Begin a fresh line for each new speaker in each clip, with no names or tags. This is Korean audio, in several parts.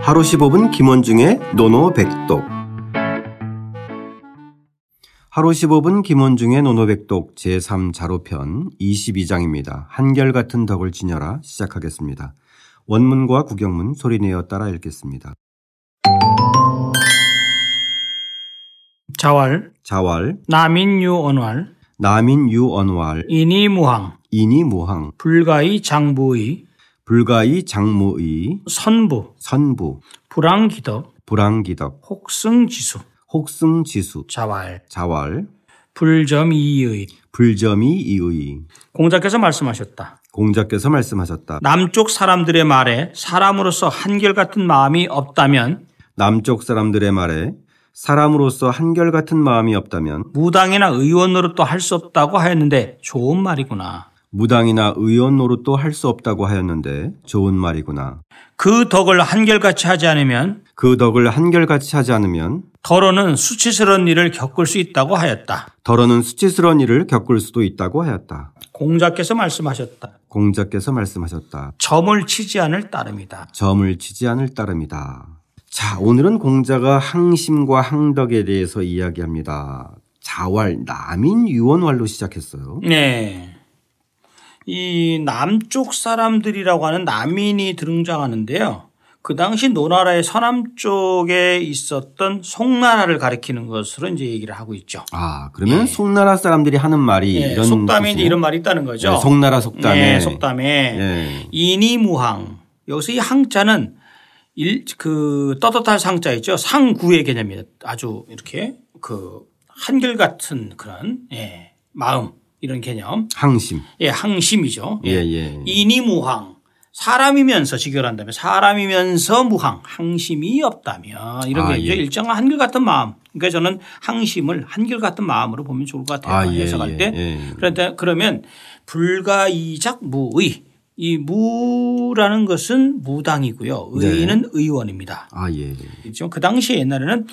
하루 15분 김원중의 노노백독 하루 15분 김원중의 노노백독 제3자로편 22장입니다. 한결같은 덕을 지녀라 시작하겠습니다. 원문과 구경문 소리내어 따라 읽겠습니다.
자왈
자왈
남인유 언왈
남인 유언왈
인이무항
이니 무항
불가의 장부의
불가이 장무의
선부
선부
불황기덕
불황기덕
혹승지수
혹승지수
자왈
자왈
불점이의
불점이 이의
공자께서 말씀하셨다.
공자께서 말씀하셨다.
남쪽 사람들의 말에 사람으로서 한결같은 마음이 없다면
남쪽 사람들의 말에 사람으로서 한결같은 마음이 없다면
무당이나 의원으로도 할 수 없다고 하였는데 좋은 말이구나.
무당이나 의원 노릇도 할 수 없다고 하였는데 좋은 말이구나.
그 덕을 한결같이 하지 않으면
그 덕을 한결같이 하지 않으면
더러는 수치스러운 일을 겪을 수 있다고 하였다.
더러는 수치스러운 일을 겪을 수도 있다고 하였다.
공자께서 말씀하셨다.
공자께서 말씀하셨다.
점을 치지 않을 따름이다.
점을 치지 않을 따름이다. 자, 오늘은 공자가 항심과 항덕에 대해서 이야기합니다. 자왈, 남인 유언왈로 시작했어요.
네. 이 남쪽 사람들이라고 하는 남인이 등장하는데요. 그 당시 노나라의 서남쪽에 있었던 송나라를 가리키는 것으로 이제 얘기를 하고 있죠.
아, 그러면 송나라 사람들이 하는 말이
예,
이런
네. 속담에 이제
뜻이네요?
이런 말이 있다는 거죠.
네, 송나라 속담에.
예, 속담에
예.
인이무항. 여기서 이 항자는 일, 그 떳떳할 상자 있죠. 상구의 개념이 아주 이렇게 그 한결같은 그런 예, 마음 이런 개념.
항심.
예, 항심이죠.
예, 예.
음. 인이 무항. 사람이면서 직결한다면 사람이면서 무항 항심이 없다면 이런
아,
게 이제
예.
일정한 한결같은 마음 그러니까 저는 항심을 한결같은 마음으로 보면 좋을 것 같아요
아, 예,
해석할
예,
때
예.
그런데 그러면 불가이작 무의 이 무라는 것은 무당이고요
네.
의는 의원입니다
아, 예.
지금 그 당시 옛날에는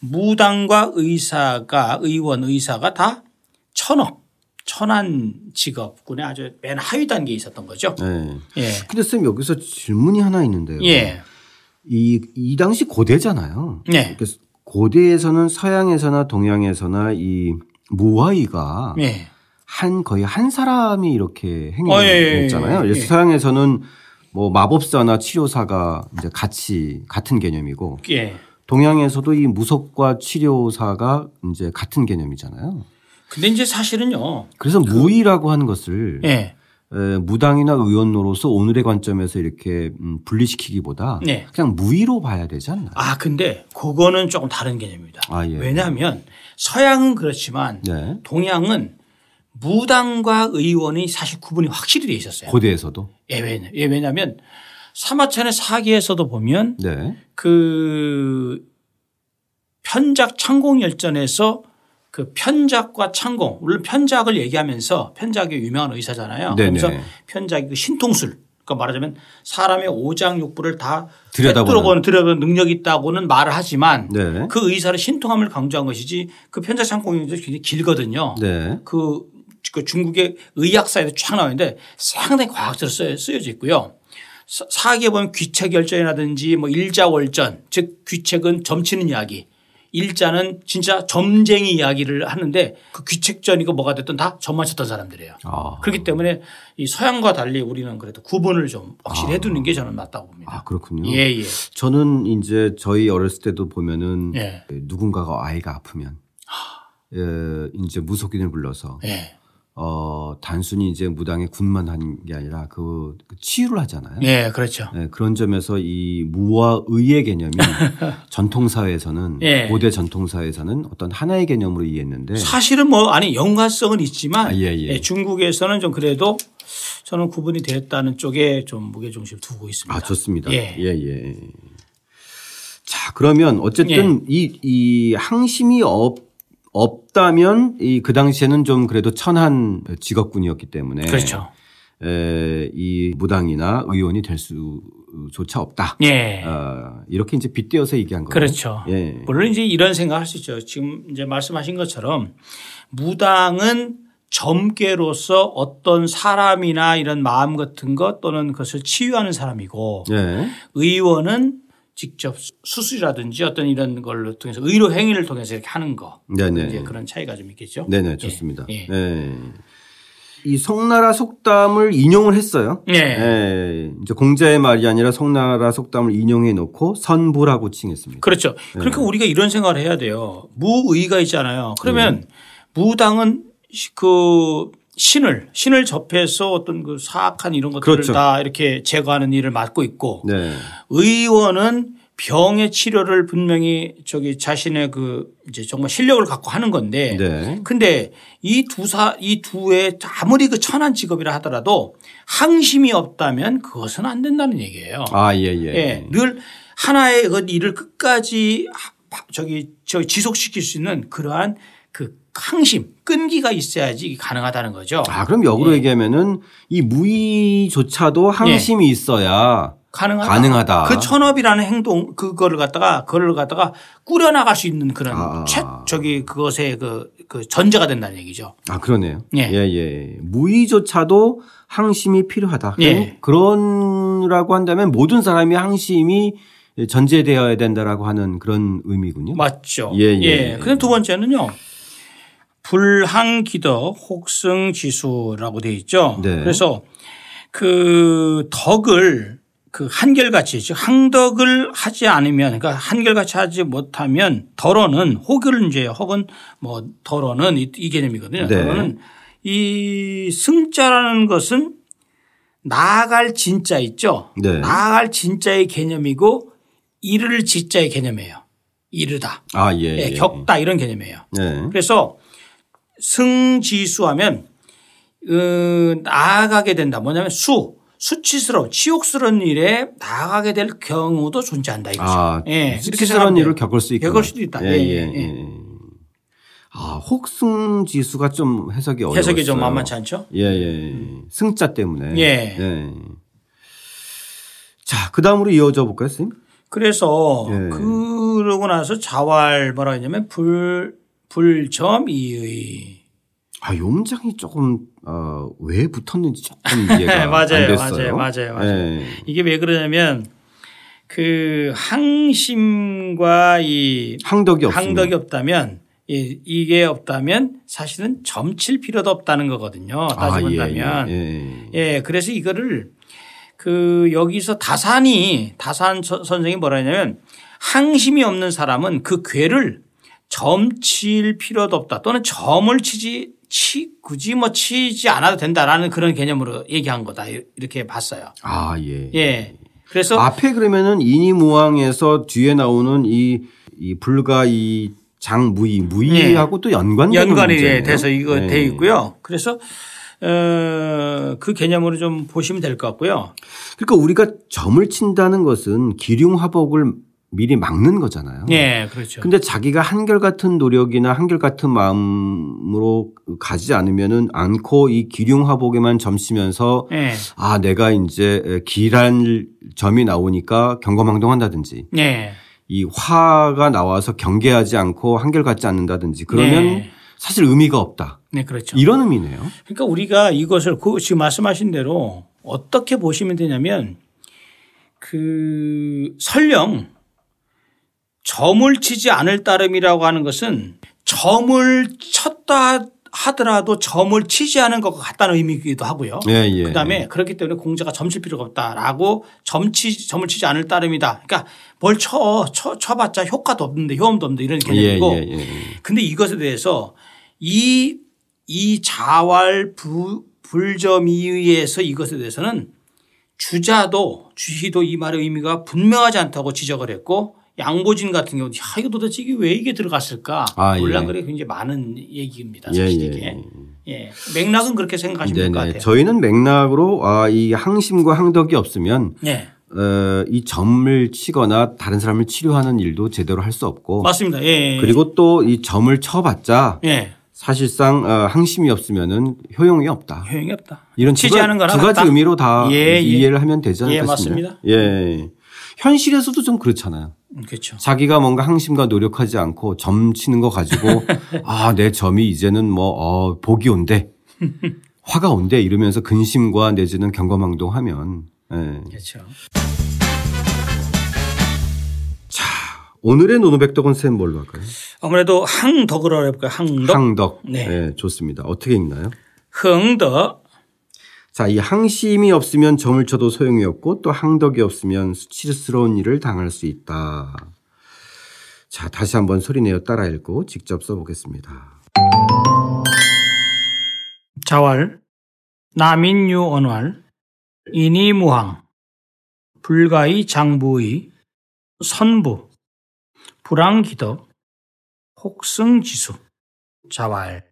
무당과 의사가 의원 의사가 다 천업 천한 직업군에 아주 맨 하위 단계에 있었던 거죠.
예.
예.
근데 쌤 여기서 질문이 하나 있는데요.
예.
이, 이 당시 고대잖아요.
네.
그래서 고대에서는 서양에서나 동양에서나 이 무화이가
예.
한 거의 한 사람이 이렇게
어, 예, 예,
행위했잖아요.
예, 예.
서양에서는 뭐 마법사나 치료사가 이제 같이 같은 개념이고
예.
동양에서도 이 무속과 치료사가 이제 같은 개념이잖아요.
근데 이제 사실은요.
그래서 무의라고 하는 것을
예.
에, 무당이나 의원으로서 오늘의 관점에서 이렇게 음, 분리시키기보다
네.
그냥 무의로 봐야 되지 않나?
아, 근데 그거는 조금 다른 개념입니다.
아, 예.
왜냐하면 서양은 그렇지만
네.
동양은 무당과 의원이 사실 구분이 확실히 돼 있었어요.
고대에서도.
예, 왜냐- 예, 왜냐하면 사마천의 사기에서도 보면
네.
그 편작 창공 열전에서 그 편작과 창공 물론 편작을 얘기하면서 편작이 유명한 의사잖아요.
네네.
그래서 편작이 그 신통술 그러니까 말하자면 사람의 오장육부를 다
들여다보는.
들어보는 들여다보는 능력이 있다고는 말을 하지만
네.
그 의사를 신통함을 강조한 것이지 그 편작 창공이 굉장히 길거든요.
네.
그, 그 중국의 의학사에도 쫙 나오는데 상당히 과학적으로 쓰여- 쓰여져 있고요. 사- 사기에 보면 귀책 열전이라든지 뭐 일자월전 즉 귀책은 점치는 이야기 일자는 진짜 점쟁이 이야기를 하는데 그 귀책전이고 뭐가 됐든 다 점맞췄던 사람들이에요.
아,
그렇기 때문에 이 서양과 달리 우리는 그래도 구분을 좀 확실히 해두는 게 저는 맞다고 봅니다.
아 그렇군요.
예예.
저는 이제 저희 어렸을 때도 보면은 그
예.
누군가가 아이가 아프면 예, 이제 무속인을 불러서
예.
어 단순히 이제 무당의 군만 하는 게 아니라 그, 그 치유를 하잖아요.
예, 그렇죠.
예, 그런 점에서 이 무와 의의 개념이 전통 사회에서는
예.
고대 전통 사회에서는 어떤 하나의 개념으로 이해했는데
사실은 뭐 아니 연관성은 있지만
예. 아, 예, 예.
예, 중국에서는 좀 그래도 저는 구분이 됐다는 쪽에 좀 무게 중심을 두고 있습니다.
아 좋습니다.
예.
예, 예. 자, 그러면 어쨌든
예.
이, 이 항심이 없, 없다면 이 그 당시에는 좀 그래도 천한 직업군이었기 때문에
그렇죠.
에, 이 무당이나 의원이 될 수조차 없다.
예.
어, 이렇게 이제 빗대어서 얘기한 거예요.
그렇죠.
예.
물론 이제 이런 생각할 수 있죠. 지금 이제 말씀하신 것처럼 무당은 점괘로서 어떤 사람이나 이런 마음 같은 것 또는 그것을 치유하는 사람이고
예.
의원은 직접 수술이라든지 어떤 이런 걸로 통해서 의료 행위를 통해서 이렇게 하는 거
네네.
이제 그런 차이가 좀 있겠죠.
네네 좋습니다.
예.
예. 이 송나라 속담을 인용을 했어요.
예.
예. 이제 공자의 말이 아니라 송나라 속담을 인용해 놓고 선부라고 칭했습니다.
그렇죠.
네.
그러니까 우리가 이런 생각을 해야 돼요. 무의가 있잖아요. 그러면
네.
무당은 시- 그 신을 신을 접해서 어떤 그 사악한 이런 것들을
그렇죠.
다 이렇게 제거하는 일을 맡고 있고
네.
의원은 병의 치료를 분명히 저기 자신의 그 이제 정말 실력을 갖고 하는 건데
네.
근데 이 두 사, 이 두의 아무리 그 천한 직업이라 하더라도 항심이 없다면 그것은 안 된다는 얘기예요.
아, 예, 예.
예. 늘 하나의 그 일을 끝까지 하- 바- 저기 저 지속시킬 수 있는 그러한 그 항심, 끈기가 있어야지 가능하다는 거죠.
아, 그럼 역으로
예.
얘기하면은 이 무의조차도 항심이 있어야
가능하다.
가능하다.
그 천업이라는 행동 그거를 갖다가 그걸 갖다가 꾸려 나갈 수 있는 그런
아.
최 저기 그것의 그, 그 전제가 된다는 얘기죠.
아, 그러네요.
예.
예, 예. 무의조차도 항심이 필요하다. 그럼
예.
그런라고 한다면 모든 사람이 항심이 전제되어야 된다라고 하는 그런 의미군요.
맞죠.
예,
예,
예.
그다음 두 번째는요. 불항기덕 혹승지수라고 되어 있죠.
네.
그래서 그 덕을 그 한결같이 즉 항덕을 하지 않으면 그러니까 한결같이 하지 못하면 덜어는 혹은 이제 혹은 뭐 덜어는 이, 이
네.
개념이거든요. 덜어는 이 승자라는 것은 나아갈 진짜 있죠.
네.
나아갈 진짜의 개념이고 이를 지자의 개념이에요. 이르다,
아, 예.
예,
예.
겪다 이런 개념이에요.
예.
그래서 승지수하면 어, 나아가게 된다. 뭐냐면 수 수치스러운 치욕스러운 일에 나아가게 될 경우도 존재한다 이거죠.
아,
예, 이렇게
수치스러운
생각하면
일을
돼요.
겪을 수 있고.
겪을 수도 있다.
예,
예,
예.
예.
예. 아, 혹승 지수가 좀 해석이 어려웠어요.
해석이 좀 만만치 않죠.
예, 예. 승자 때문에.
예.
자, 그 다음으로 이어져 볼까요, 선생님?
그래서
예.
그러고 나서 자활 뭐라 했냐면 불 불점이의
아, 요문장이 조금, 어, 왜 붙었는지 조금 이해가
맞아요,
안 됐어요.
맞아요, 맞아요, 맞아요.
예.
이게 왜 그러냐면 그 항심과 이
항덕이 없으면.
항덕이 없다면 이- 이게 없다면 사실은 점칠 필요도 없다는 거거든요. 따지고 본다면
예, 예.
예, 그래서 이거를 그 여기서 다산이 다산 서- 선생이 뭐라 했냐면 항심이 없는 사람은 그 괴를 점칠 필요도 없다 또는 점을 치지 치 굳이 뭐 치지 않아도 된다라는 그런 개념으로 얘기한 거다 이렇게 봤어요.
아, 예.
예. 그래서
앞에 그러면은 인이무왕에서 뒤에 나오는 이, 이 불가 이 장무이 무이하고 또 연관되는
예. 연관이
문제네요.
돼서 이거
예.
돼 있고요. 그래서 어, 그 개념으로 좀 보시면 될 것 같고요.
그러니까 우리가 점을 친다는 것은 기륭화복을 미리 막는 거잖아요.
예, 그렇죠.
근데 자기가 한결같은 노력이나 한결같은 마음으로 가지 않으면은 않고 이 기륭화복에만 점치면서
예,
아 내가 이제 길한 점이 나오니까 경거망동한다든지
예,
이 화가 나와서 경계하지 않고 한결같지 않는다든지 그러면
네.
사실 의미가 없다.
네, 그렇죠.
이런 의미네요.
그러니까 우리가 이것을 그 지금 말씀하신 대로 어떻게 보시면 되냐면 그 설령 점을 치지 않을 따름이라고 하는 것은 점을 쳤다 하더라도 점을 치지 않은 것과 같다는 의미이기도 하고요.
예, 예.
그다음에 그렇기 때문에 공자가 점칠 필요가 없다라고 점치 점을 치지 않을 따름이다. 그러니까 뭘쳐쳐 쳐봤자 효과도 없는데 효험도 없는데 이런
예,
개념이고.
예, 예.
근데 이것에 대해서 이 이 자활 부, 불점이의에서 이것에 대해서는 주자도 주시도 이 말의 의미가 분명하지 않다고 지적을 했고 양보진 같은 경우도 야 이거 도대체 이게 왜 이게 들어갔을까
아, 예.
논란거리 굉장히 많은 얘기입니다.
예,
사실
예,
이게 예. 맥락은 그렇게 생각하시면 될 것
네네.
같아요.
저희는 맥락으로 아, 이 항심과 항덕이 없으면
예.
어, 이 점을 치거나 다른 사람을 치료하는 일도 제대로 할 수 없고
맞습니다. 예. 예.
그리고 또 이 점을 쳐봤자
예.
사실상 어, 항심이 없으면은 효용이 없다.
효용이 없다.
이런 두
치지
가-
않은 거나
두 가지
같다.
의미로 다
예, 예.
이해를 하면 되지 않을까
예,
싶네요.
맞습니다.
예. 현실에서도 좀 그렇잖아요.
음, 그렇죠.
자기가 뭔가 항심과 노력하지 않고 점 치는 거 가지고 아, 내 점이 이제는 뭐, 어, 복이 온대. 화가 온대 이러면서 근심과 내지는 경거망동 하면 예.
그렇죠.
오늘의 노노백덕은 쌤 뭘로 할까요?
아무래도 항덕으로 해볼까요? 항덕.
항덕.
네.
네. 좋습니다. 어떻게 읽나요?
흥덕.
자, 이 항심이 없으면 점을 쳐도 소용이 없고 또 항덕이 없으면 수치스러운 일을 당할 수 있다. 자, 다시 한번 소리내어 따라 읽고 직접 써보겠습니다.
자왈. 남인유 언왈. 인이무항. 불가이 장부의. 선부. 불황기덕. 혹승지수. 자왈.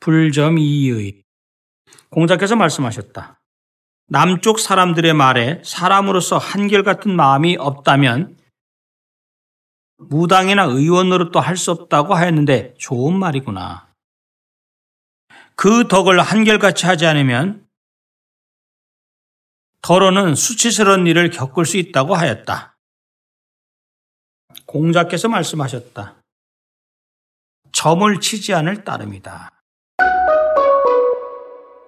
불점이의. 공자께서 말씀하셨다. 남쪽 사람들의 말에 사람으로서 한결같은 마음이 없다면 무당이나 의원으로 또 할 수 없다고 하였는데 좋은 말이구나. 그 덕을 한결같이 하지 않으면 더러는 수치스러운 일을 겪을 수 있다고 하였다. 공자께서 말씀하셨다. 점을 치지 않을 따름이다.